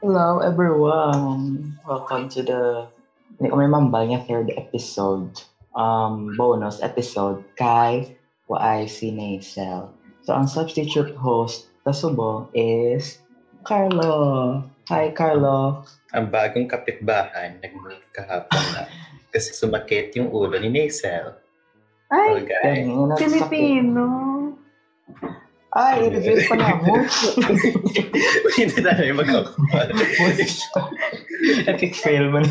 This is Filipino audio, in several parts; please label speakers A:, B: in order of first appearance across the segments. A: Hello everyone! Welcome to the, hindi ko may mambal niya, third episode, um, bonus episode, kay Waay si Naisel. So, ang substitute host na subo is Carlo. Hi, Carlo.
B: Ang bagong kapitbahay, nag-move kahapon na. Kasi sumakit yung ulo ni Naisel.
C: Ay,
B: Poor guy.
A: Ganun, nasakit.
C: Filipino.
A: Ay, i-review pa na mo.
B: Hindi na namin magkakapal.
A: Epic fail mo na.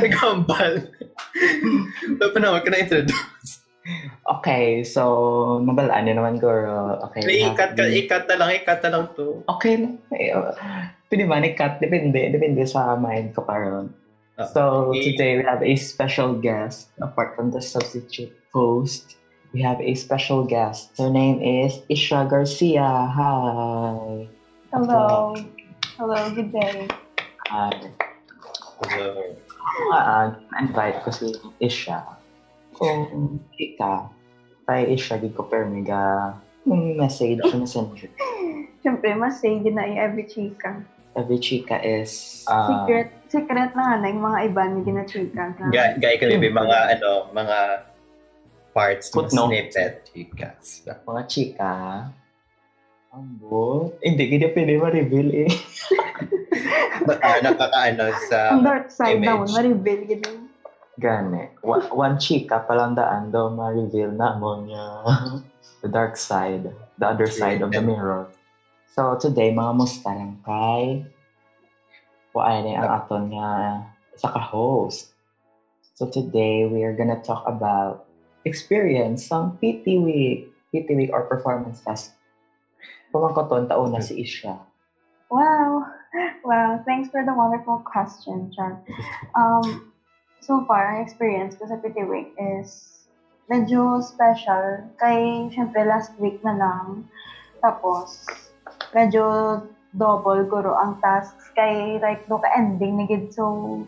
B: Nagkakapal. Dapat naman ka na-introduce.
A: Okay, so, mabalaan niyo naman, girl. Okay, we have
B: Ikat ka,
A: the-
B: ikat na lang, ikat na lang to.
A: okay na. Eh, uh, Pwede ba? Cut? Depende. Depende sa mind ko parang.
B: Ah,
A: so,
B: okay.
A: today we have a special guest. Apart from the substitute host, we have a special guest. Her name is Isha Garcia. Hi.
C: Hello. Hello, good day.
A: Hi.
B: Hello.
A: Uh, invite ko si Isha. Kung ika, kay Isha, di ko pero mega yung message sa messenger.
C: Siyempre, mas shady na yung every chika.
A: Every chika is... Uh,
C: Secret, secret na nga na yung mga iba ni gina chika.
B: Gay, gay ka maybe mga ano, mga parts ng
A: Footnote.
B: snippet. Ikas.
A: mga chika. Ambo. Hindi, hindi pwede ma-reveal eh.
B: Baka nakakaano sa...
C: Ang dark side daw,
B: image.
C: ma-reveal yun.
A: Gani. Wa- One chika palang daan daw ma-reveal na mo niya. the dark side. The other side of the mirror. So today, mga musta lang kay Kuan ni ang aton nga sa ka-host. So today, we are gonna talk about experience ng PT Week. PT Week or performance test. Pumangkoton taon na si Isha.
C: Wow. Wow, thanks for the wonderful question, Char. Um, so far, ang experience ko sa PT Week is medyo special. Kay, syempre, last week na lang. Tapos, medyo double guro ang tasks. Kay, like, do ka ending na gid. So,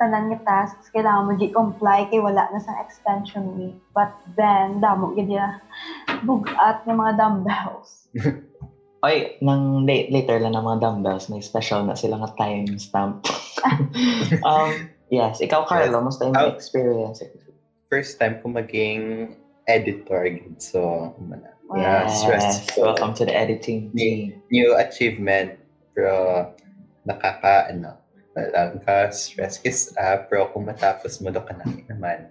C: tanan nga tasks, kailangan mo gi-comply kay wala na sang extension week. But then, damo gid ya. Bugat ng mga dumbbells.
A: Oy, nang late, later lang ng mga dumbbells, may special na sila nga timestamp. um, yes, ikaw Carlo, musta yung
B: Ow.
A: experience?
B: First time ko maging editor. gid. So, wala. Yeah,
C: Yes,
B: stressful.
A: welcome to the editing team.
B: new achievement pero nakaka ano lang ka stress is ah pero kung matapos mo do ka na naman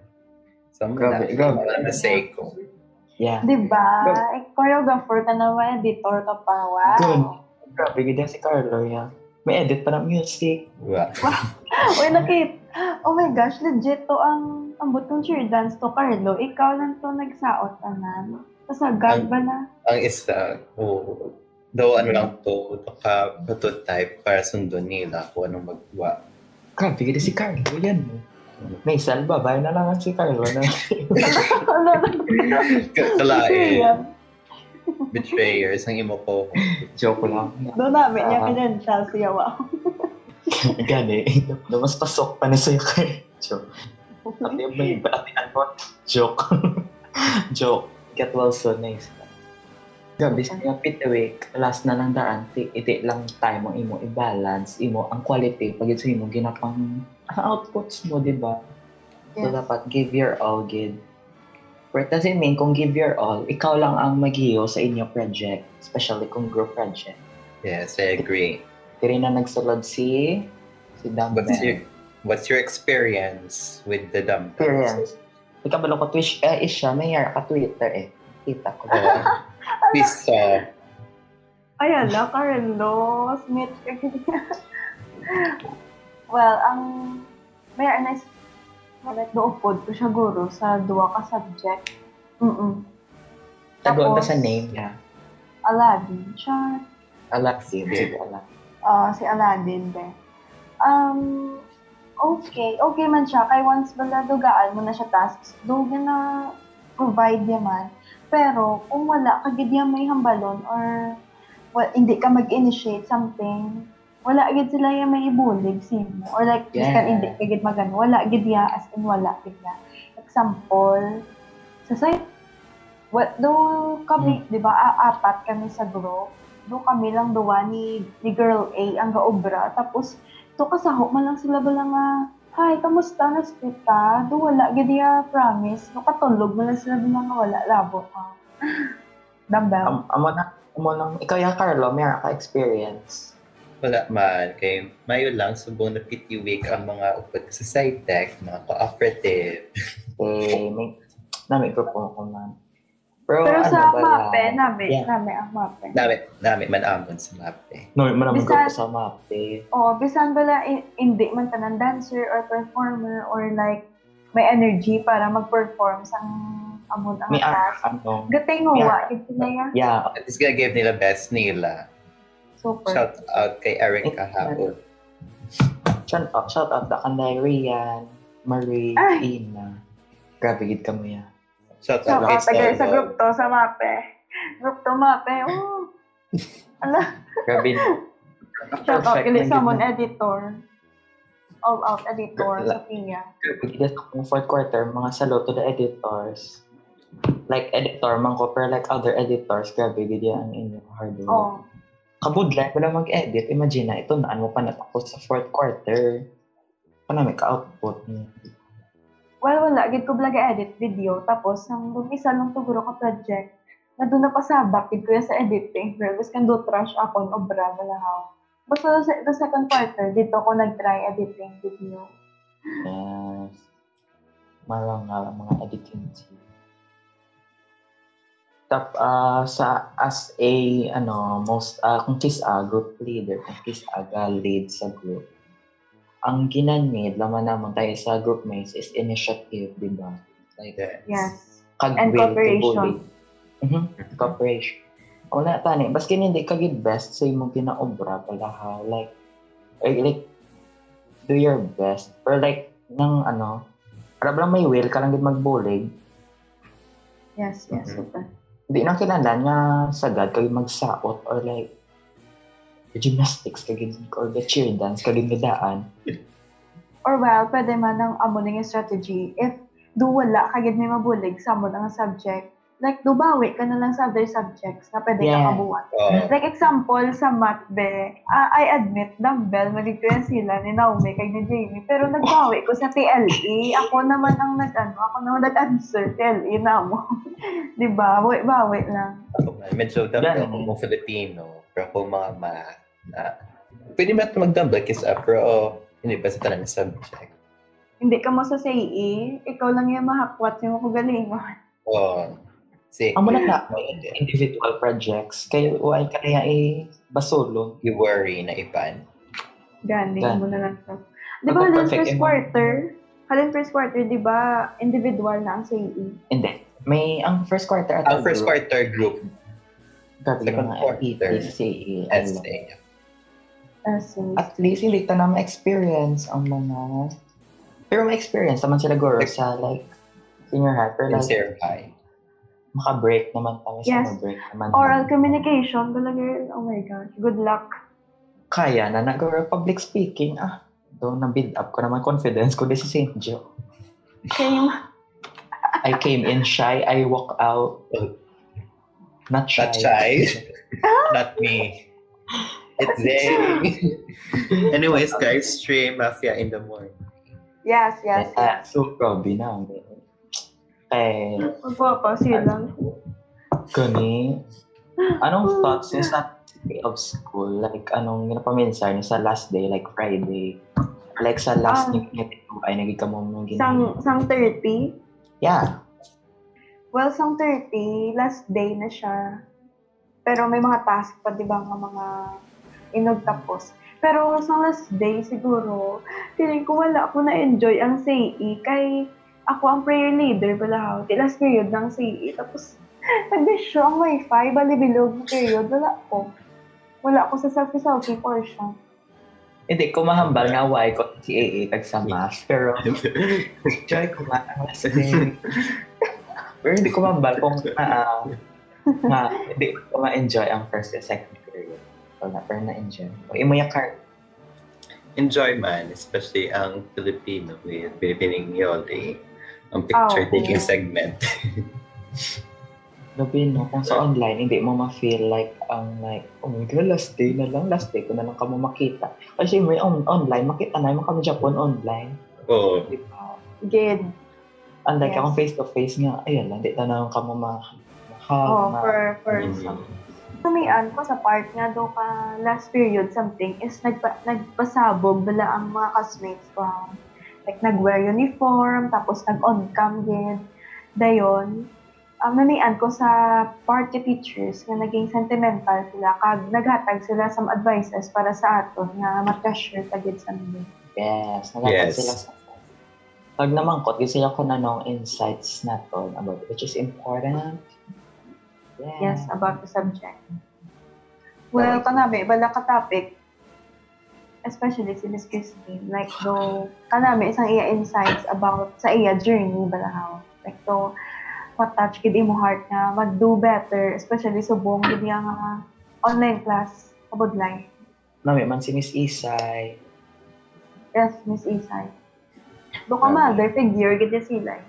B: so
A: Grabe,
B: malaki
A: grabe.
B: wala na say ko
A: Yeah.
C: Diba?
A: Gab-
C: Eh, choreographer ka naman, editor ka pa. Wow.
A: Good. Grabe, ganda si Carlo, yeah. May edit pa ng music.
B: wow.
C: Uy, nakit. Oh my gosh, legit to ang ang butong cheer dance to, Carlo. Ikaw lang to nagsaot, anan. Pasagad ba na?
B: ang isa oh, daw ano lang to to ka prototype para sundo nila kung anong magwa
A: Grabe, ganda si Carlo, yan. oh. May salba, bayo na lang ang si Carlo. Na.
C: Ano na?
B: kalain betrayers ang imo ko
A: Joke lang.
C: Doon namin niya
A: Ah.
C: ganyan, Chelsea, wow.
A: Gani, mas pasok eh, pa na sa'yo kay Joke. Sabi mo yung batian mo. Joke. Joke. Get well soon, nice. Gabi sa mga pitawik, last na lang daan, ti- iti lang time mo imo i-balance, imo ang quality, pag ito imo ginapang ang outputs mo, di ba? So,
C: Yes.
A: dapat give your all, gid. But it doesn't mean kung give your all, ikaw lang ang maghiyo sa inyo project, especially kung group project.
B: yes I agree
A: Tiri na nagsulod si si Dumbbell.
B: what's your what's your experience with the dumbbells
A: experience. Ikaw ba ko Twitch? Eh, Isha, may hiyar ka Twitter eh. Kita ko.
B: Oo. we saw
C: Ay, ala, Carlo. Smith. well, ang... May ano is... Malit doupod ko siya guro sa duwa ka subject. Mm-mm.
A: Tagoon ba
C: Tapos,
A: sa name niya?
C: Aladdin. Char.
A: Alexi. Sige, Alexi.
C: Ah, si Aladdin din. Um, okay. Okay man siya. Kay once bala dugaan mo na siya tasks, do niya na provide niya man. Pero kung wala ka gid niya may hambalon or wa- hindi ka mag-initiate something, wala agad sila yung may ibulig sa mo. Or like, just
A: Yeah.
C: kan hindi ka gid magano. Wala gid niya, as in wala gid niya. Example, sa site, what, do kami, di ba, a- apat kami sa group. do kami lang duwa ni, ni girl A ang gaobra. Tapos, to kasaho man lang sila bala nga, Hi, kamusta na kita? Do wala, gid ya promise. No katulog man lang sila bala nga wala, labo ka.
A: Am,
C: Dumbbell.
A: Um, amo na, amo na, ikaw yan, Carlo, mayroon ka experience.
B: Wala man. Kay Mayo lang, subong na pity week ang mga upod sa side tech, mga cooperative.
A: Eh, may, na may grupo ko man. Pero,
C: Pero
A: ano
C: sa eh,
A: ba
C: mape,
A: na?
C: nami,
A: Yeah.
C: nami ang mape.
B: Dami, dami man amon sa eh. mape.
A: No, maraming
C: Bisan-
A: grupo sa eh. mape.
C: Oh, bisan bala i- hindi man tanan dancer or performer or like may energy para mag-perform sa amon ang
A: May ar-
C: task.
A: ano.
C: Gating nga
A: may
C: wa,
A: ar-
C: gid sila ya.
A: Yeah,
B: At least gonna give nila best nila.
C: Super.
B: Shout out kay Eric Kahapon.
A: shout out, shout out na kanday Rian, Marie,
C: Ay!
A: Ina. Grabe gid ka mo yan.
B: Shout
C: So,
B: out
C: okay,
B: kay
C: taga sa
B: Solon.
C: group to, sa mape. Group to, mape. Oh,
A: Grabe na.
C: shout
A: Perfect na
C: out kini sa
A: gid
C: amon
A: na.
C: editor. All out editor,
A: La-
C: Sophia.
A: Pagkita sa akong fourth quarter, mga saludo to the editors. Like editor man ko, pero like other editors, grabe gid yan ang inyo hard work.
C: Oh,
A: Kabudlan, wala mag-edit. Imagine na, ito naan mo pa natapos sa fourth quarter. Ano may ka-output niya?
C: well, wala. Gid ko blaga edit video. Tapos, nang lumisa nung tuguro ka project, na doon napasabak, gid ko yan sa editing. Pero, gusto kang do trash akon, obra, malahaw. Basta sa the second quarter, dito ko nag-try editing video.
A: Yes. Marangal ang mga editing team. Tap, ah, sa as a ano most ah, kung kiss a group leader kung kiss a ga lead sa group ang ginanid laman naman tayo sa group mates is initiative di ba like
B: Yes.
C: Yes.
A: kagwill
C: cooperation.
A: mm cooperation wala tani baski hindi ka gid best say mo ginaobra pala ha like eh, like do your best or like nang ano para lang may will ka lang gid magbulig
C: Yes, yes,
B: Mhm.
C: super.
A: hindi na kinala nga sagad kag magsaot or like the gymnastics ka gid or the cheer dance ka gid nidaan
C: Or well, pwede man ang amo na nga strategy. If do wala kagid may mabulig sa amo na nga subject, like do bawi ka na lang sa other subjects na pwede
A: Yeah.
C: kang abuan.
B: Oh,
C: Like example, sa math be, ah, I admit, dumbbell, malig ko yan sila ni Naomi kay ni Jamie. Pero nagbawi ko sa TLE. Ako naman ang nag, ano, ako naman nag-answer TLE na mo. Di ba? Bawi, bawi lang.
B: ako man. Medyo
A: Yan.
B: dumbbell ko mo Filipino. Pero ko mga ma... Na, pwede ba ito mag-dumbbell kiss up? Pero oh, hindi ba sa talaga subject?
C: Hindi ka mo sa CE, ikaw lang yung mahakwat yung kagalingan.
B: Oh, see,
A: amo na ta individual projects kay why kaya eh basulon
B: you worry na ipan.
C: Gani,
A: Gani.
C: mo na lang to. Di ba halin
A: Perfect
C: first
A: yun.
C: quarter? Halin first quarter, di ba, individual na ang CE.
A: hindi may ang first quarter at
B: Ang first quarter group,
A: Grabe
B: Second
A: yung mga
B: quarter.
A: ETCE.
B: essay.
C: Essay.
A: ano. At least, hindi ka na ma-experience ang mga... Pero ma-experience naman sila siguro sa like senior high. Pero
B: Yung
A: like,
B: Sir High.
A: maka-break naman kami
C: Yes.
A: sa break naman.
C: Oral
A: namin.
C: communication talaga yun. Oh my gosh. Good luck.
A: Kaya na nag-oral public speaking. Ah, doon na-build up ko naman confidence ko di sa St. Joe.
C: Same.
A: I came in shy. I walk out. Not shy.
B: Not shy. Not me. It's they. Anyways, guys, stream Mafia in the morning.
C: Yes, yes,
A: Ah,
C: yes.
A: so, grabe namin. Eh,
C: Magpapa sila.
A: Kani, anong thoughts niyo sa day of school? Like, anong ginapaminsan niyo sa last day, like Friday? Like, sa last
C: Ah.
A: niyo um, ay naging mo mong ginawa.
C: Sang, sang 30.
A: Yeah.
C: Well, sang 30, last day na siya. Pero may mga task pa, di ba, nga mga inagtapos. Pero sa last day, siguro, feeling ko wala ako na-enjoy ang CE. Kay ako ang prayer leader pala ako. Di last period ng CE. Tapos, nag-show ang wifi, balibilog na period. Wala ko. Wala ko sa selfie-selfie portion.
A: Hindi, kumahambal nga why ko si AA tag sa math. Pero, joy ko nga ang last day. Pero hindi kumahambal kung na, ah, na, hindi ko ma-enjoy ang first and second period. Wala, pero na-enjoy. O, imo yung card.
B: Enjoy man, especially ang Filipino with Filipinang Yoli. Ang picture taking
C: yeah.
B: segment.
A: Sabi no, kung sa online, hindi mo ma-feel like, ang like, oh my God, last day na lang, last day ko na lang kamo makita. Kasi may on- online, makita na, yung kami Japan online.
B: Oo.
A: Di ba?
C: Good.
A: Unlike
C: Yes.
A: akong face-to-face nga, ayun lang, di na lang kamo ma- mahal.
C: Oh,
A: ma-
C: for, for
B: Mm.
C: some. Tumian ko sa part nga do ka last period something is nagpa, nagpasabog bala ang mga classmates ko. Like nag-wear uniform, tapos nag-on-cam gid. Dayon, ang nanian ko sa part ka teachers nga naging sentimental sila kag naghatag sila some advices para sa aton nga mag-cashier tagid sa nila.
A: Yes, nagkakaroon
B: Yes.
A: sila sa pag namangkot, kasi ako na nung insights na to about which is important.
C: Yes,
A: Yes.
C: about the subject. Mm. Well,
B: Alright.
C: kanabi, wala ka topic. Especially si Miss Christine. Like, do, kanabi, isang iya insights about sa iya journey, balahaw. Like, do, matouch kid imo heart nga, mag-do better, especially sa buong gid nga nga online class, abod lang.
A: Nami man si Miss Isay.
C: Yes, Miss Isay. Do
B: Grabe.
C: ka mother figure, gid niya sila. eh.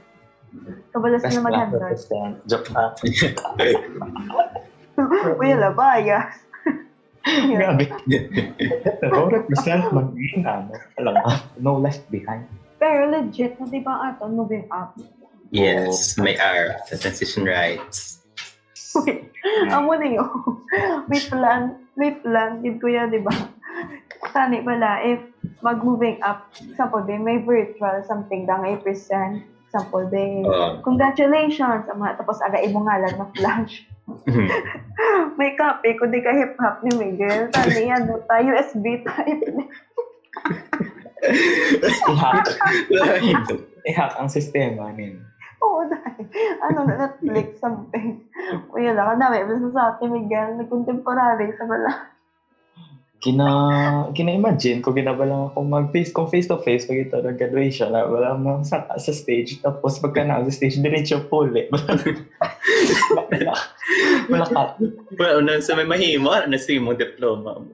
C: Kabala
A: Best
C: sila
A: black
C: mag-handle.
A: represent. Joke up.
C: Uy, ala ba, yeah.
A: Grabe. Ako represent mag-in ano. Alam mo, no left behind.
C: Pero legit, no, di ba aton moving up?
B: Yes, may R, the transition rights.
C: Amo na yun. may plan, may plan, yun kuya, di ba? Sani pala, if mag-moving up, example, be, may virtual something dang 8%, example, be,
B: Oo.
C: congratulations, ama, tapos aga imong ngalan na flash. may copy, kundi ka hip-hop ni Miguel, sani ano, yan, no, ta, USB type.
A: I-hack. I-hack ang sistema nin.
C: Oo, dahil, ano na, Netflix, something. Uy, lang, ang dami, basta sa atin, Miguel, nag-contemporary sa pala.
A: Kina, kina-imagine ko, ginabalang ako mag-face, kung face-to-face, pag ito ng graduation, na wala mo sa, sa stage, tapos pagka na sa stage, diretso pole. wala, wala ka,
B: well, unang sa may mahimo, ano sa imong diploma mo.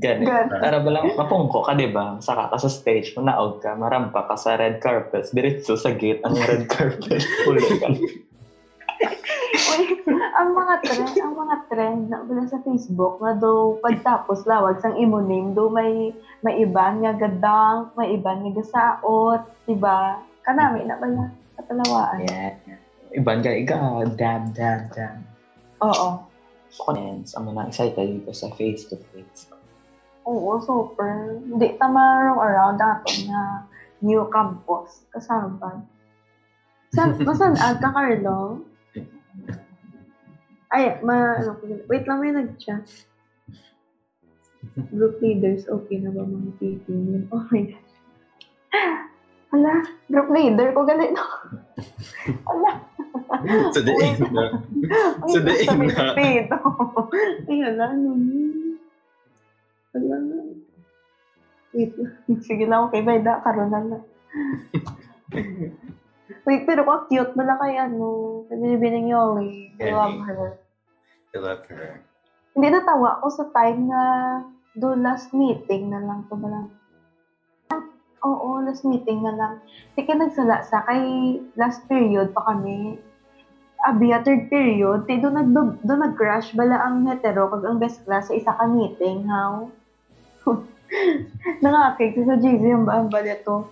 A: ganit.
C: Gan.
A: Tara ba lang, mapungko ka, di ba? Saka ka sa stage, manaog ka, marampa ka sa red carpet, diretso sa gate, ang red carpet, pole ka.
C: Uy, ang mga trend, ang mga trend na wala sa Facebook na daw pagtapos lawag sang imo name daw may may iba nga gadang, may iba nga gasaot, di ba? Kanami na pala katalawaan.
A: Yeah. Ibang ka, ikaw, dam, dam, dam.
C: Oo.
A: So, friends, ang mga excited dito sa face-to-face.
C: Oo, super. Hindi tamarong around ato na new campus. Kasama. San, masan ad ka, Carlo? Ay, ma, ano ko yun? Wait lang, may nag-chat. Group leaders, okay na ba mga titingin? Oh my God. Ala, group leader ko galit na. Ala.
B: So, the na. So, di-
C: Ay, sabi ng pito. Ay, ala, ano yun? Ala. Wait lang. Sige lang, okay, may da, karoon na na. Wait, pero ko cute mo kay ano, kay binibining Yoli. I
B: Yoli.
C: love her.
B: I love her.
C: Hindi natawa ako sa time na do last meeting na lang ko ba lang. Ah, Oo, last meeting na lang. Tika nagsala sa kay last period pa kami. Abia, third period, ti do nag do nag-crash bala ang hetero kag ang best class sa isa ka meeting, how? Nangakig si sa JZ ang ba ang bala to.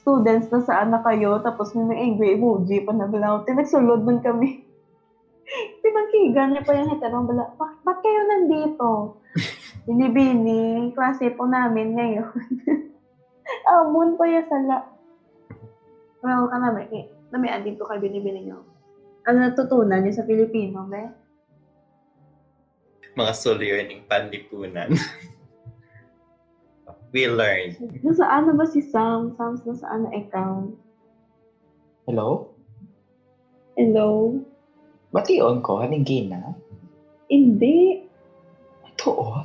C: Students na saan na kayo, tapos may mga angry emoji pa na bala. Ti nagsulod man kami. Pinangkigan niya pa yung heterong bala, "Bak- ba't kayo nandito? Binibini, klase po namin ngayon. Amon pa yung sala. Well, ka namin, eh, namian din po kayo binibini niyo. Ano natutunan niyo sa Pilipino, be?
B: Mga sulirin ng panlipunan. We learn.
C: Nasaan na ano ba si Sam? Sam, nasaan na ikaw?
A: Hello?
C: Hello?
A: Ba't i-on ko? Anong gina?
C: Hindi.
A: Ito, oh.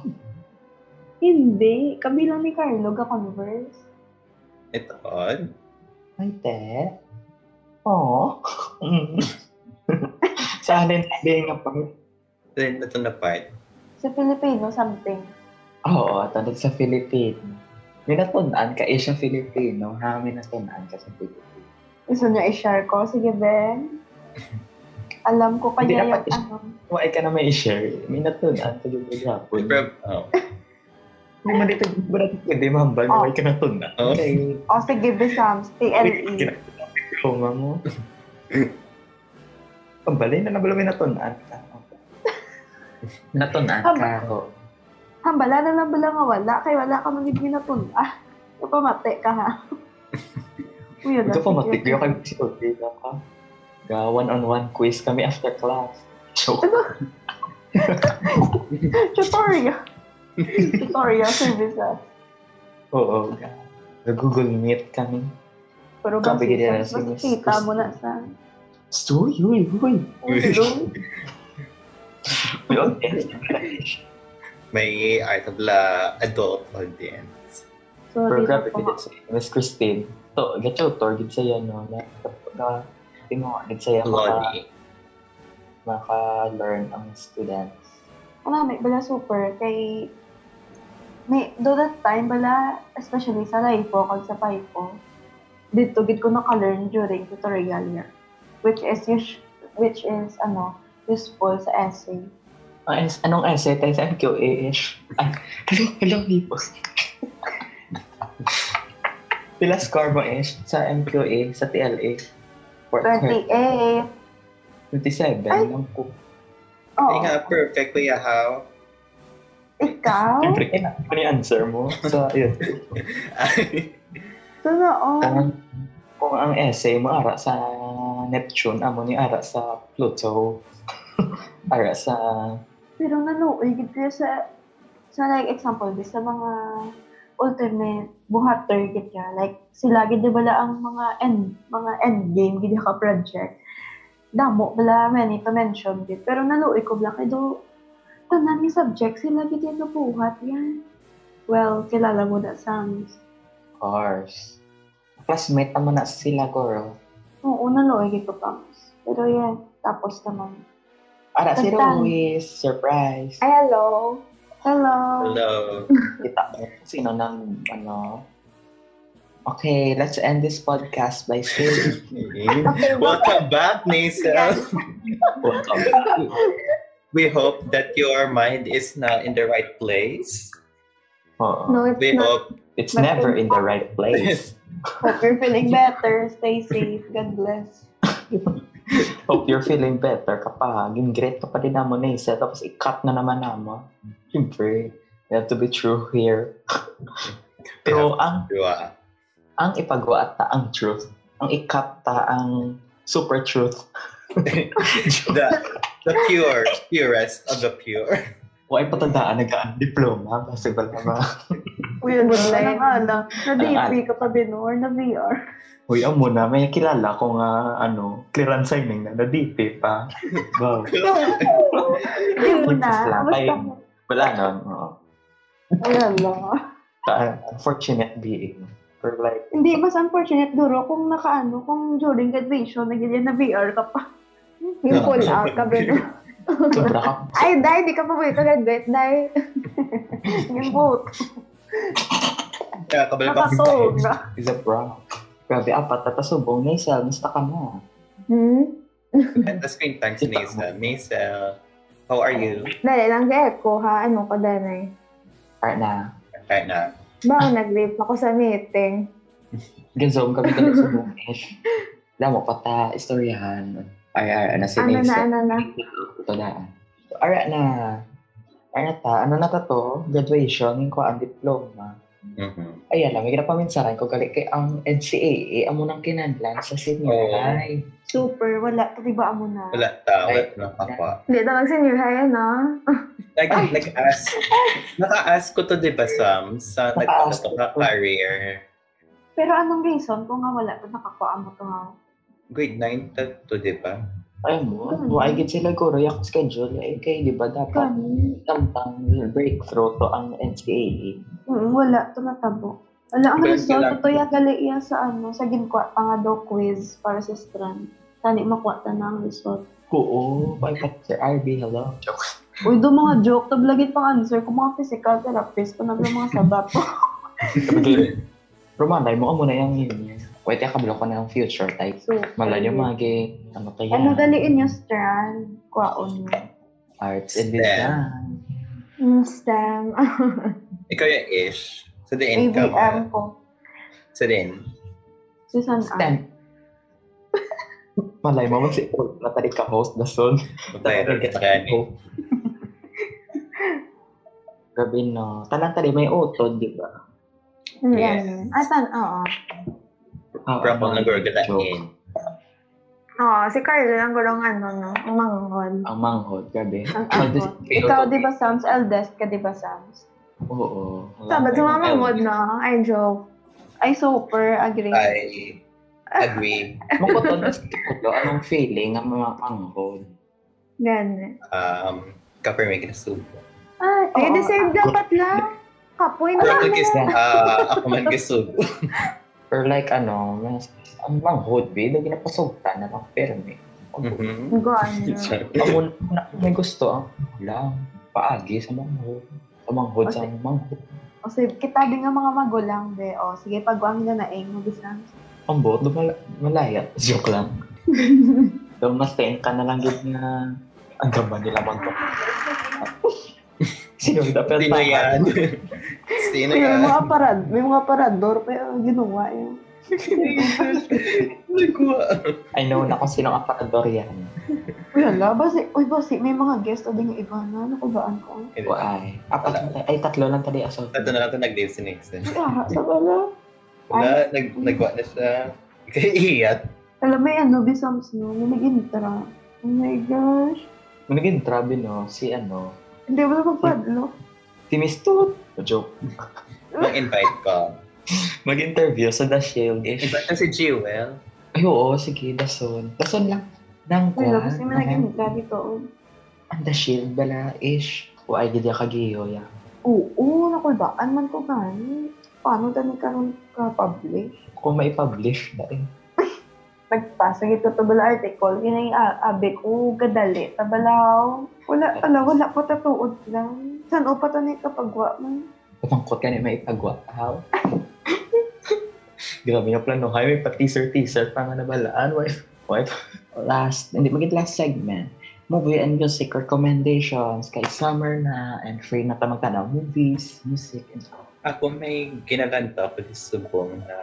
C: Hindi. Kabilang ni Carlo, ga-converse.
B: Ito oh, on.
A: Ay, te. Oo. Mm. Sa alin din nga pa.
B: Then, ito na part.
C: Sa Filipino, something.
A: Oo, tanod sa Filipino. May natunan ka eh siya Filipino, ha? May natunan ka sa Filipino.
C: Gusto niyo i-share ko? Sige, Ben. Alam ko pa
A: Hindi,
C: niya yung
A: dapat is-
C: ano.
A: Why ka na may share? May natunan ka yung maghapon.
B: Pero, oh.
A: Hindi mo dito ba natin pwede mahambal na
C: Oh.
A: why ka natunan?
B: Oh.
A: Okay.
C: O sige, Besams, TLE.
A: Trauma mo. Pambalay na ah. nabalo may natunan ka. Natunan ka. Oh.
C: Hambala na lang bala nga wala, kay wala ka magiging binatun. Ah, kapamate ka ha. Uy, yun
A: Ikaw
C: na,
A: pa
C: sige.
A: matigyo kay si Odila ka. Ga one-on-one quiz kami after class. Joke.
C: Tutorial. Tutorial ah. services.
A: Oo. Ga. Nag-Google Meet kami.
C: Pero ba
A: Kabigyan niya
C: mas
A: ng sinis.
C: kita mo na sa
A: Story, uy, uy.
C: ulo.
A: Yun.
B: may art of la adult audience.
A: Pero
C: Sorry,
A: grabe
C: pa
A: ko din sa Miss Christine. To, gacho, to, gid sa'yo, no? Na, na, tingo, gid sa'yo, maka,
B: Lodi.
A: maka-learn ang students.
C: Wala, may bala super. Kay, may, do that time bala, especially sa LIFO, kag sa PIFO, dito gid ko naka-learn during tutorial year. Which is, us- which is, ano, useful sa essay.
A: Ang es- Ah, anong essay? Tayo sa MQA-ish. Ay, hello, hello, people. Pila score mo, ish? Sa MQA, sa TLA? For,
C: 28.
A: 27.
C: Ay!
A: Ang ko.
B: Ay
C: Oo.
B: nga, perfect, Kuya How.
C: Ikaw?
A: Siyempre, kailangan ko ni answer mo. So, yun.
C: Totoo.
A: Kung, kung ang essay mo ara sa Neptune, amo ni ara sa Pluto, ara sa...
C: Pero nanuoy gid ko sa sa like example di sa mga ultimate buhat target ka. Like sila gid di bala ang mga end mga end game gid ka project. Damo bala many to mention gid. Pero nanuoy ko bala kay do tanan ni subject sila gid yung buhat yan. Well, kilala mo na Sams.
A: Of course. Classmate naman na sila, girl.
C: Oo, nanuoy gid ko pa. Pero yan, tapos naman.
A: Ara si
C: Basta.
A: Ruiz, surprise.
C: Ay, hello. Hello.
B: Hello.
A: Kita mo kung sino ng ano. Okay, let's end this podcast by saying
B: Welcome back, Nasa.
A: welcome.
B: We hope that your mind is now in the right place.
A: Oo.
C: No, it's
B: We
C: not.
B: hope
A: Uh-uh. It's never in the right place.
C: Hope you're feeling better. Stay safe. God bless.
A: Hope you're feeling better kapag yung grade ka pa din naman na isa, tapos i-cut na naman naman. Siyempre, you have to be true here. Pero ang
B: you are.
A: ang ipagawa ta ang truth. Ang i-cut ta ang super truth.
B: the, the pure, purest of the pure.
A: O ay patandaan, nagkaan diploma. Kasi wala ma.
C: Uy, ano
A: Wala.
C: lang ala.
A: Alang-alang.
C: Na-DP ka pa, Binor, na VR.
A: Uy, ang muna, may kilala ko nga, ano, clearance signing na, na-DP pa. Wow.
C: Hindi mo na.
A: Jesus lang.
C: Basta
A: Ay. Wala nun. oo.
C: Wala lang.
A: Ta- Ah, Unfortunate being. Pero like,
C: Hindi, mas unfortunate, Duro, kung nakaano, kung during graduation, nagigyan na VR ka pa. Yung
A: Yeah.
C: pull out ka, Binor.
A: sobra ka
C: Ay, dai, di ka pa pwede graduate, dai. Yung vote.
B: Kaya kabalik ako.
C: Nakatog na.
A: is a bra. Grabe, apat na tasubong. Naisa, musta ka na?
D: Hmm?
B: At the screen time si Nasa. Nasa, how are you?
D: Dali lang sa echo ha. Ano ko danay?
A: Part na.
B: Right now.
D: Ba, nag-vape ako sa meeting.
A: Gazoom kami ka sa bumish. Alam mo, pata, istoryahan. Ay, ay, ano si
D: Ano na,
A: Naisa?
D: ano na.
A: Ito na. Ara na. Ara ta, ano na ta to? Graduation, yung kuhaan diploma.
B: Mhm.
A: Ay, alam, may kinapaminsaran ko gali kay ang NCAA, Eh, ang munang kinanlan sa senior
B: Oo.
A: high.
C: Super, wala. Patibaan mo na.
B: Wala tao.
A: Ay.
B: Wala kapwa.
D: Hindi tawag sa new high, ano?
B: Nag, nag-ask. Naka-ask ko to, di ba, Sam? Sa
A: Naka-ask
B: nagpapasok
A: ko
B: na
A: to.
B: career.
C: Pero anong reason kung nga wala pa nakakuha mo to ha?
B: Grade 9 to, to di ba?
A: Ay mo,
C: Ganun.
A: mo, ay gid sila ko, yak schedule. Ay, kay, di ba, dapat
C: Kani?
A: tamtang breakthrough to ang NCAA.
C: Mm, wala, tumatabo. Wala, ang
B: Well, kailangan-
C: result, ito yung gali iya sa ano, sa ginkuha pa nga daw quiz para sa strand. Kani makuha ta na ang result.
A: Oo, ay, pat, Sir RB, hello. Joke.
C: Uy, do mga joke, tablagit pang answer ko mga physical therapist, panag mga sabat po.
A: Roman, ay mo, amo na yung yun. eh. yun. Wait, kablo ko na ng future type.
C: So,
A: Malayo magi, ano kaya?
C: Ano daliin yung strand? Kwaon mo.
A: Arts and
B: STEM.
A: design.
D: Mm, STEM.
B: Ikaw yung ish. So, the
A: um,
B: income.
C: ABM
B: ah.
C: ko.
B: So, din.
C: Susan ah.
A: STEM.
C: Ann.
A: Malay mo, mag-si oh, natalik ka host na soon.
B: Viral ka kani.
A: Grabe no. Talang tali, may utod, di ba?
D: Mm,
B: Yes.
D: yan. Ay, tan, oo.
A: Oo,
B: Pero kung
A: ano,
B: nagurgulain.
A: joke.
D: Oo, si Carlo lang gulong ano, no? Ang manghod.
A: Ang manghod, grabe.
D: Ang
A: So, this-
D: anghod.
C: Ikaw, di ba, Sams? Eldest ka, di ba, Sams?
A: Oo. Wala
D: Sabat
A: tayong
D: sa mga
A: alam.
D: mod na. Ay, joke.
C: Ay, super. Agree.
B: I agree.
A: Mukutod na sa ulo, anong feeling ng mga manghod?
D: Ganun.
B: Um, Kapag may ginasubo.
C: Ay,
D: Eh,
C: oo.
D: deserve dapat lang. Kapoy na
B: Pero
D: lang.
B: mag-is ah, ako man gasubo.
A: Or like ano, mas, ang manghod, be, na ginapasugtan na pang perme.
B: Mhm.
D: Ganun.
A: Ang una na may gusto, ang lang, paagi sa manghod. Sa manghod, sa manghod.
C: O, sige, kita din nga mga magulang, be. O, sige, pagwang na na, eh. Mag-Sams.
A: Ang buot, lumala- malaya. Joke lang. Dumating ka na lang yun nga. Ang gamba nila magpa. Sino yung dapat
B: Sino yan? Sino
C: May
B: yan?
C: mga parad. May mga parador, pero ginawa eh. yun.
B: Nagkuha.
A: I know na kung sino ang aparador yan.
C: Uy, ala, basi, uy, basi, may mga guest o din yung iba na, nakubaan ko.
A: O ay. Apat, ay, tatlo lang tali aso.
B: Ito na lang ito nag-live si Nixon.
C: Ah, sa bala.
B: Wala, nag nagwa na siya. Kaya iiyat.
C: Alam mo, ano, bisams no, nag-intra. Oh my gosh.
A: Naging trabe no, si ano,
C: Hindi mo na magpadlo.
A: si Miss Toot. Joke.
B: Nag-invite ko.
A: Mag-interview sa The Shield. Eh.
B: Invite na si Jewel.
A: Ay, oo, sige, Dason. Dason lang. Nang
C: Uy,
A: kwan.
C: labas naman nag-intra dito. oh.
A: Ang The Shield bala, ish. O ay, gidya kagiyo, ya.
C: Oo, nakulbaan man ko gani. Paano tani ka nun ka-publish?
A: Kung maipublish na eh.
C: Nagpasa ito tabala article, kinay ah, abe ko, gadali, tabalaw. Wala, ala, wala pa tatuod lang. San o pa tani kapagwa man?
A: Patangkot ka na may pagwa. How? Grabe yung plano. Hay, may pa-teaser-teaser pa nga nabalaan. Wife. Wife. Last, hindi magiging last segment. Movie and music recommendations. Kay summer na and free na pa magtanaw. Movies, music, and
B: Ako may ginaganta ko sa subong na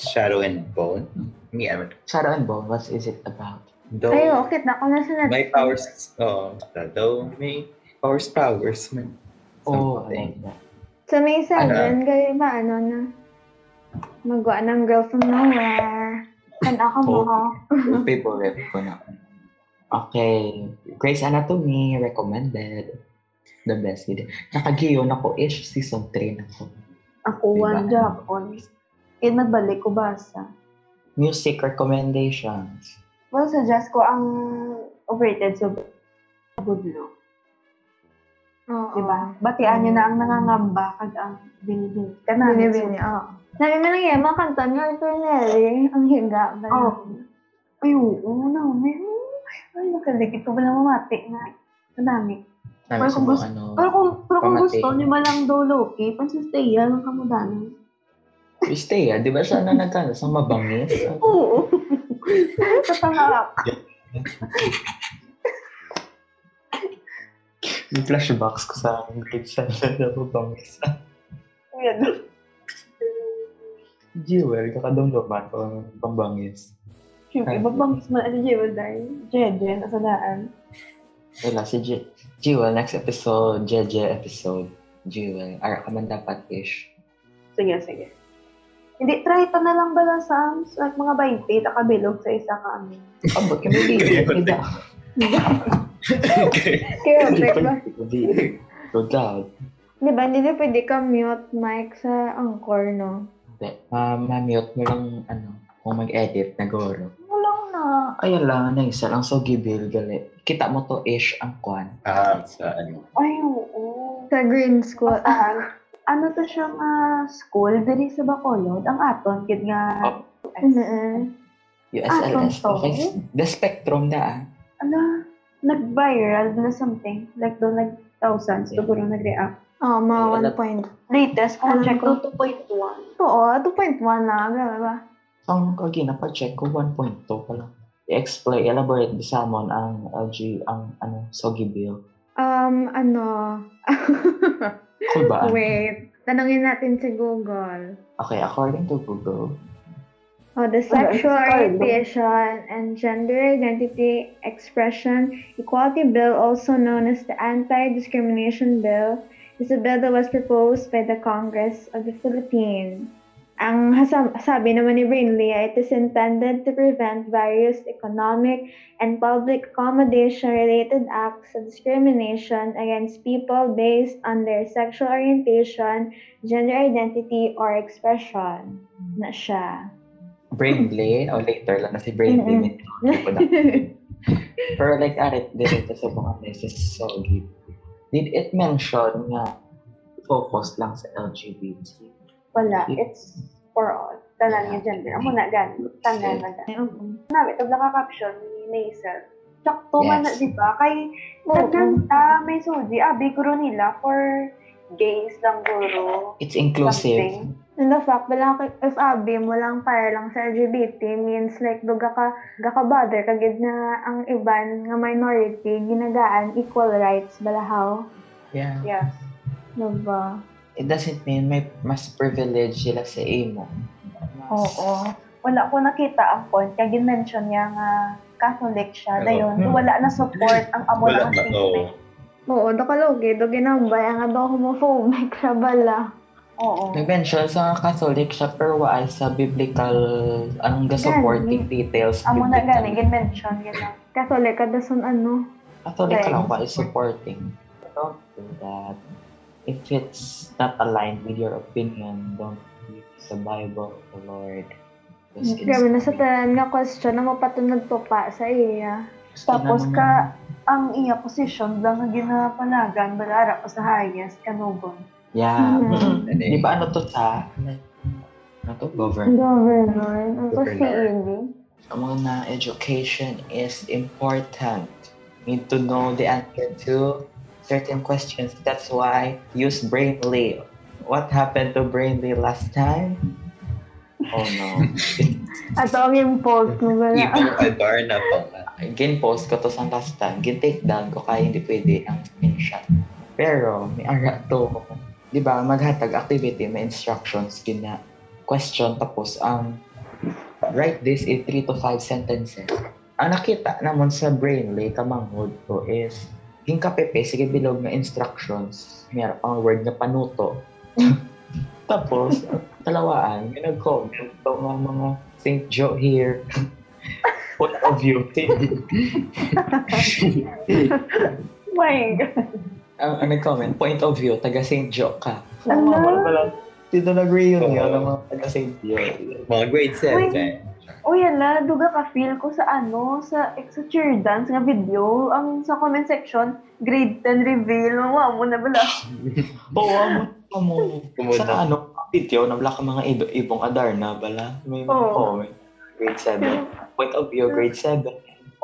B: Shadow and Bone. Me, I'm
A: Shadow and Bone, what is it about?
B: Though,
D: Ay, okay na ako na sa net.
B: may powers, oh, though may powers, powers man.
A: Oh, I
B: Something.
A: like that.
D: Sa May 7, gaya ba, ano na? Magawa ng girl from nowhere. Ano ako mo?
A: Yung favorite ko na. Okay. Grey's Anatomy, recommended. The best video. Nakagiyon ako ish, season 3 na ko.
C: Ako,
A: Diba?
C: one Japon. Eh, nagbalik ko basa.
A: Music recommendations.
C: Well, suggest ko ang overrated so budlo.
D: Oo.
C: Diba? Batian nyo na ang nangangamba kag ang binibin. Kanami
D: Binibin niya, oo. Nabi mo lang yan, makanta ni Arthur Nelly. Ang higa ba?
C: Oh. Ay, oo, na, may Ay, nakaligid ko wala mamati na. Kanami.
A: Sabi ko
C: Pero kung
A: kung
C: gusto-
A: ano,
C: Pero kung, pero kung
A: Pamati.
C: gusto nyo malang daw Loki, pansustay yan ang kamudanan.
A: stay ah, di ba siya na nagkano sa mabangis?
C: Oo. Katangak.
A: Yung flashbacks ko sa grade 7 na mabangis.
C: Yan.
A: Jewel, kakadamdaman ko ang pambangis.
C: Siyempre, mabangis man ano Jewel dahil. Jejen, asadaan.
A: Wala, si Je Jewel, next episode, Jeje episode. Jewel, ara ka man dapat ish.
C: Sige, sige. Hindi, try ito na lang bala sa like, mga 20, takabilog sa isa ka ano.
A: Abot ka hindi. Hindi.
D: Kaya, okay ba?
A: Hindi. No doubt.
D: Diba, hindi na pwede ka mute mic sa Anchor, no?
A: Hindi. Ma- Ma-mute mo lang, ano, kung mag-edit na goro.
C: Walang Ano na.
A: Ayun lang, na isa lang. So, gibil, gali. Kita mo to ish ang kwan.
B: Ah, sa ano.
C: Ay, oo.
D: Sa green school.
C: Saan? Ano to siyang ah, school diri sa Bacolod? Ang aton, kid nga.
D: Mm-mm.
A: USLS.
C: Ah,
A: okay. The spectrum na ah.
C: Ano? Nag-viral na something. Like doon nag-thousands.
A: Yeah.
C: Siguro nag-react.
D: Oo, Oh,
A: Wala.
D: mga Um, 1.2.
C: Latest
D: Alam
C: project
D: ko.
C: ko 2.1.
D: ah, Oo, 2.1 na. Grabe ba?
A: Ang kagi napacheck ko 1.2 pa lang. I-explain, elaborate the salmon ang LG, ang ano, soggy bill.
D: Um, ano?
A: Cool ba?
D: Wait. Tanungin natin si Google.
A: Okay, according to Google,
D: Oh, the sexual
C: it's called-
D: orientation and gender identity expression equality bill, also known as the anti-discrimination bill, is a bill that was proposed by the Congress of the Philippines. Ang hasam- sabi naman ni Brinlea, it is intended to prevent various economic and public accommodation-related acts of discrimination against people based on their sexual orientation, gender identity, or expression. Na siya.
A: Bravely, o oh, later lang na si Bravely,
D: Mm-mm.
A: may tinawag ko na. Pero like, arit dito sa mga meses, soggy. Did it mention nga focus lang sa LGBT?
C: Wala. It's for all. Tanan nga gender. Amo na gan. Tanan na gan.
D: Ay, oo.
C: Nabi, tag naka-caption ni Naisel. Sakto man na,
A: Yes.
C: di ba? Kay nagkanta, may suji. Ah, biguro nila for gays lang guro.
A: It's inclusive.
C: Something.
D: And the fact, wala ka, if abi mo lang para lang sa LGBT means like do ka ga ka bother ka gid na ang iban nga minority ginagaan equal rights balahaw.
A: Yeah.
C: Yes.
D: Diba?
A: It doesn't mean may mas privilege sila sa imo. Mas-
C: Oo. Wala ko nakita ang point. Kaya gin-mention niya nga Catholic siya.
B: Oo.
C: Dayon,
A: Hmm.
C: wala na support ang amo
B: Wala
C: lang ang
B: na,
C: statement.
B: oo.
D: Oo, do ka logi, do ginambay ang do homophobic ra bala.
C: Oo.
A: Nag-mention sa Catholic siya pero waay sa biblical anong ga supporting details
C: Amo na
A: biblical.
C: gani, gin-mention yun lang.
D: Catholic kada sun ano.
A: Catholic
C: Okay.
A: lang ba is supporting? Don't do that. If it's not aligned with your opinion, don't use the Bible of the Lord. Because it's-
D: Grabe na sa tanan nga question na mapatunod pa pa sa iya.
A: Kasi
C: Tapos
A: ano
C: ka,
A: naman-
C: ang iya position lang nga ginapalagan, balara ko sa highest kanugon.
A: Yeah.
D: Mhm.
B: Ano eh,
A: Di ba ano to sa? Ano to? Government.
D: Governor, ang to si
B: Governor.
D: Ili.
A: Muna, education is important. Need to know the answer to certain questions. That's why use Brainly. What happened to Brainly last time? Oh no.
D: Ato ang impulse mo bala.
B: Ibang Agarna pa nga.
A: Gin-post ko to sa last time. Gin-take down ko kaya hindi pwede ang screenshot. Pero, may ara to. Di ba, maghatag activity, may instructions, yun na question, tapos ang write this in 3 to 5 sentences. Ang nakita naman sa brainly, kamanghod ko is, yung kapepe, sige bilog na instructions, meron pang word na panuto. tapos, talawaan, may nag-comment to mga mga St. Joe here. What of you?
C: My God.
A: Ah, ang, ang nag-comment, point of view, taga St. Joe ka.
D: Ala.
A: Mga wala pala. Dito nag-reunion
B: Oo.
A: ng mga taga St. Joe.
B: Mga grade 7.
C: Uy, ala, duga ka feel ko sa ano, sa, sa cheer dance nga video, ang sa comment section, grade 10 reveal, mawa mo na bala.
A: Oo, amo ka mo.
B: Kumusta?
A: Sa ano, video, nabla ka mga ibo, ibong Adarna, bala. May mga
C: Oo.
A: comment. Grade 7. Point of view, grade 7.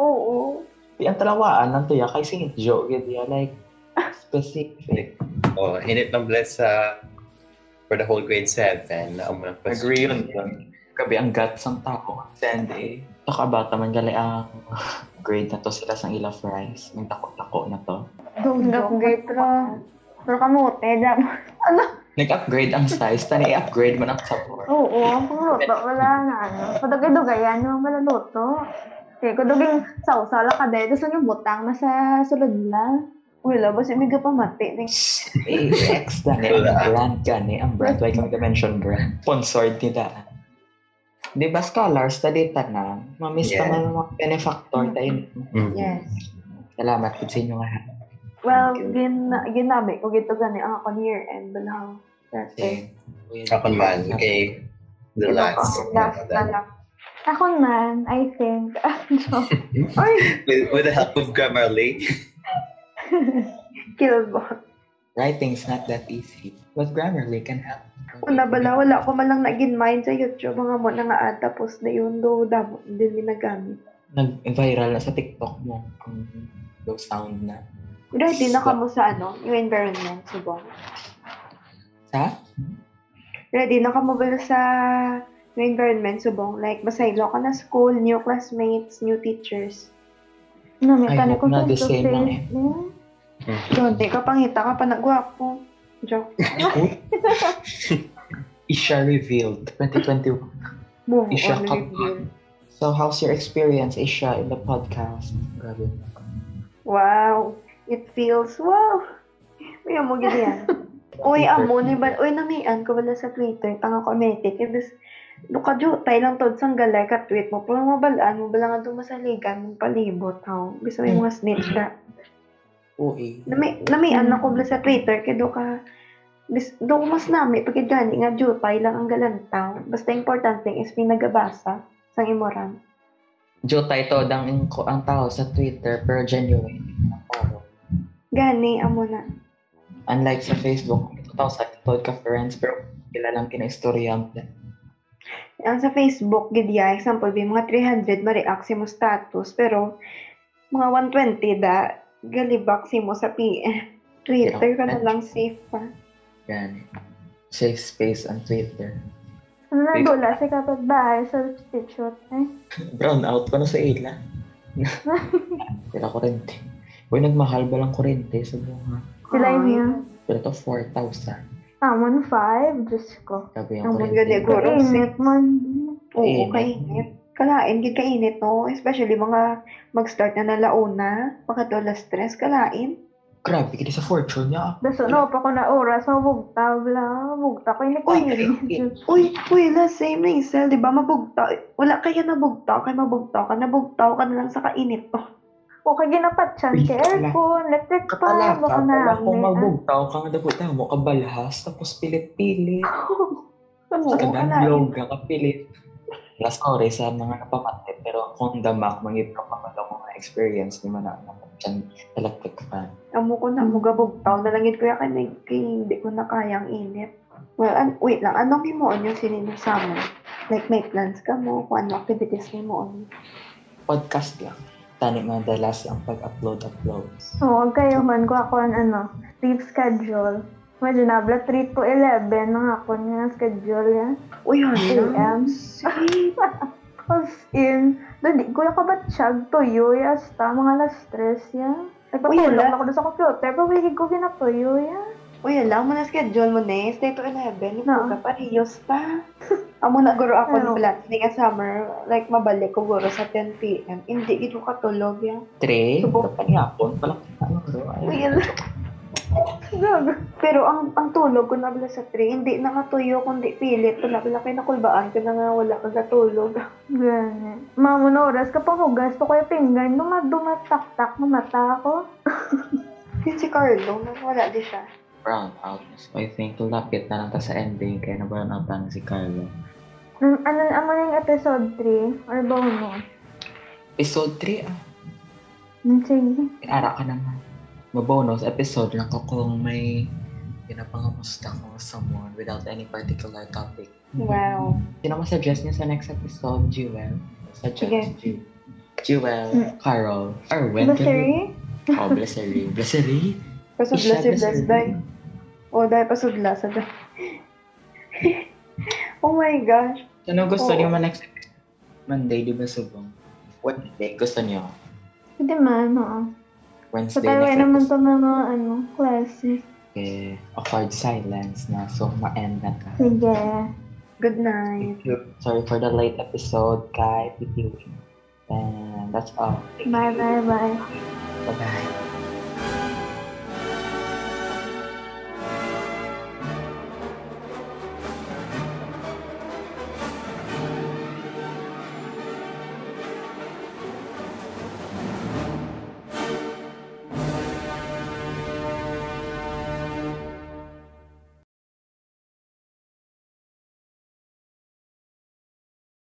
C: Oo.
A: Di ang talawaan ng tuya kay St. Joe. Gaya diya, like, specific.
B: Oh, init ng bless sa for the whole grade 7 na amo ng question.
A: Nag-reunion. Gabi ang guts ng tao. Sunday. Nakabata man gali ang grade na to sila sa ila fries. Ang tako-tako na to.
D: Gap-gate ra. Pero kamote, dam.
A: Nag-upgrade ang size, tani i-upgrade mo ng support.
D: Oo, ang pangluto. Wala na, ano. Padugay-dugay, ano, wala luto. Okay, kuduging sausaw lang ka dahil. Tapos lang yung butang, nasa sulod na.
C: Uy, ala, basi may kapamati. Ning-
A: AX, tani ang brand gani, ang brand, why kami dimension brand. Sponsored nila. Di ba scholars, talita na, mamiss ka
B: Yeah.
A: man ang mga benefactor tayo.
B: Mhm.
A: Salamat po sa inyo lahat.
C: Well,
B: Thank you.
C: gin, ginabi ko gito gani ang ako near and bala.
A: Kasi,
B: Ako naman, okay. The last.
C: Last na lang.
D: Ako man, I think. Ah, Joke.
C: Uy,
B: With, with the help of Grammarly.
C: kill ko.
A: Writing's not that easy, but Grammarly can help.
C: Una bala, wala ko malang naging mind sa YouTube, mga mo na nga ad, tapos na yun, do, damo, din minagamit.
A: Nag-viral na sa TikTok mo ang low sound na.
C: Ready na ka mo sa ano, yung environment, subong.
A: Sa?
C: Ready na ka mo ba sa no environment subong. Like, basay, local na school, new classmates, new teachers. No, may
A: Ay,
C: tanong ko
A: na
C: sa
A: the same lang eh.
C: Don't, di ka pangita ka pa nagwapo. Joke.
A: Isha revealed 2021.
C: Move
A: Isya
C: on,
A: ka
C: reveal.
A: So how's your experience, Isha, in the podcast? Grabe.
C: Wow. It feels, wow. May amo gid yan. Uy, amo, ni ba? Uy, namian ko wala sa Twitter. Tanga ko, metik. Ibis, Duka jo, tay lang tod sang galay ka tweet mo. Puro mabalaan mo, bala nga dumasaligan mong palibot. How? Bisa may mga snitch ka.
A: Uy.
C: Nami, namian na ko bala sa Twitter. Kaya do ka, bis, do ko mas nami. Pagka gani nga jo, tay lang ang galantaw. Basta importante is may nagabasa sang imuran.
A: Jotay to dang in ko ang tao sa Twitter pero genuine. Ang tao.
C: Gani, amo na.
A: Unlike sa Facebook, ito tao sa tod ka friends pero kilalang kinaistoryan.
C: Ang sa Facebook, gid ya, example, may mga 300 ma-react si mo status, pero mga 120 da, galibak si mo sa PM. Twitter ka na lang safe pa.
A: Yan. Safe space on Twitter.
D: Ano na dula sa kapitbahay sa substitute? Eh?
A: Brown out ko na sa ila. Pila kurente. Uy, nagmahal ba lang kurente sa buha?
D: Sila
C: Ay,
D: yung yun.
A: Pila to 4,000.
D: Ah, man, five. Diyos ko.
A: Grabe yung
C: Ang
A: kurente.
C: maganda, Siguro,
D: Siguro, init man.
C: Oo,
A: Kainit.
C: kainit. Kalain, gid kainit, no? Especially mga mag-start na nalauna, pakatola stress, kalain.
A: Grabe, kini sa fortune niya.
D: Daso, no, pa ko na oras. Mabugta, wala. Mabugta ko. Init ko
A: Uy,
D: "Ano yun.
C: Uy, uy, la, same na isel, di ba? Mabugta. Wala kaya nabugta, kaya mabugta ka, nabugta ka na lang sa kainit. Oh,
D: O, kaya ginapat siya.
A: Uy,
D: Kay
A: katala-
D: aircon, electric
A: Katala
D: fan,
A: ka,
D: baka na.
A: wala kong
D: may-
A: magbugtaw ka nga dapat na mo kabalhas, tapos pilit-pilit.
C: oo,
D: Ano,
A: Sa kadang
C: kalain.
A: vlog ka, kapilit. Na sorry sa mga napamatay, pero kung damak, mangit ka pa pala kung na-experience ni Mana na dyan, electric fan.
C: Amo ko na, mugabugtaw na lang yun kuya kaya may- kay hindi ko na kayang init. Well, an- wait lang, anong himuon yung sininasa mo? Like, may plans ka mo? Kung ano activities ni mo?
A: Podcast lang. Tani madalas ang pag-upload-uploads.
D: Oo, huwag kayo man. Kuha ko ang ano, sleep schedule. Medyo nabla 3 to 11 na ako nga schedule yan.
C: Uy, ano? hana.
D: AM. As in, dadi, kuya ka ba tiyag tuyo ya? Asta, mga alas stress ya?
C: Kuya,
D: Nagpatulog na ako dun sa computer, pabigig ko ginatuyo ya?
C: Uy, alam mo na schedule mo na eh. Stay to 11. No.
D: No.
C: Ka pa, hiyos pa. Amo na guro ako
D: No.
C: ng plans ni nga summer. Like, mabalik ko guro sa 10 p.m. Hindi, ito katulog yan.
A: Tre,
C: Subo.
A: dapat niya po. Palang ano bro?
C: Uy,
A: Ay,
C: ala.
D: Gago.
C: Pero ang ang tulog ko nabla sa 3, hindi nakatuyo, kundi pilit. Wala, wala kayo nakulbaan ko na nga wala ka katulog.
D: Ganyan. Mamo na oras, kapag hugas ko kayo pinggan, dumadumataktak ng mata ko.
C: Yun si Carlo, wala di siya.
A: brown out. So I think lapit na lang ta sa ending, kaya na brown out na si Carlo.
D: Ano, ano, ano na yung episode 3? Or bonus?
A: Episode 3 ah.
D: Hmm, Sige.
A: Ara ka naman. Mabonus episode lang ko kung may pinapangamusta ko someone without any particular topic.
C: Wow.
A: Sino mo suggest niya sa next episode, Jewel? Suggest Jewel. Jewel,
C: Hmm.
A: Carol, Erwin.
D: Diba, Mystery?
A: Oh, Blessery. Blessery?
C: Pasudla si Blas Day. O, dahil pasudla sa Day. oh my gosh.
A: Ano gusto
C: Oo.
A: niyo man next episode? Monday, di ba subong? Wednesday, gusto niyo?
D: Hindi man, oo. Sa
A: Wednesday,
D: Taiwan naman
A: next
D: to mga, ano, classes.
A: episode. Awkward silence na, so ma-end na ka.
C: Hmm.
D: Sige.
C: Good night.
A: Sorry for the late episode, guys. If you And that's all. Thank you.
D: Bye, bye, bye.
A: Bye-bye.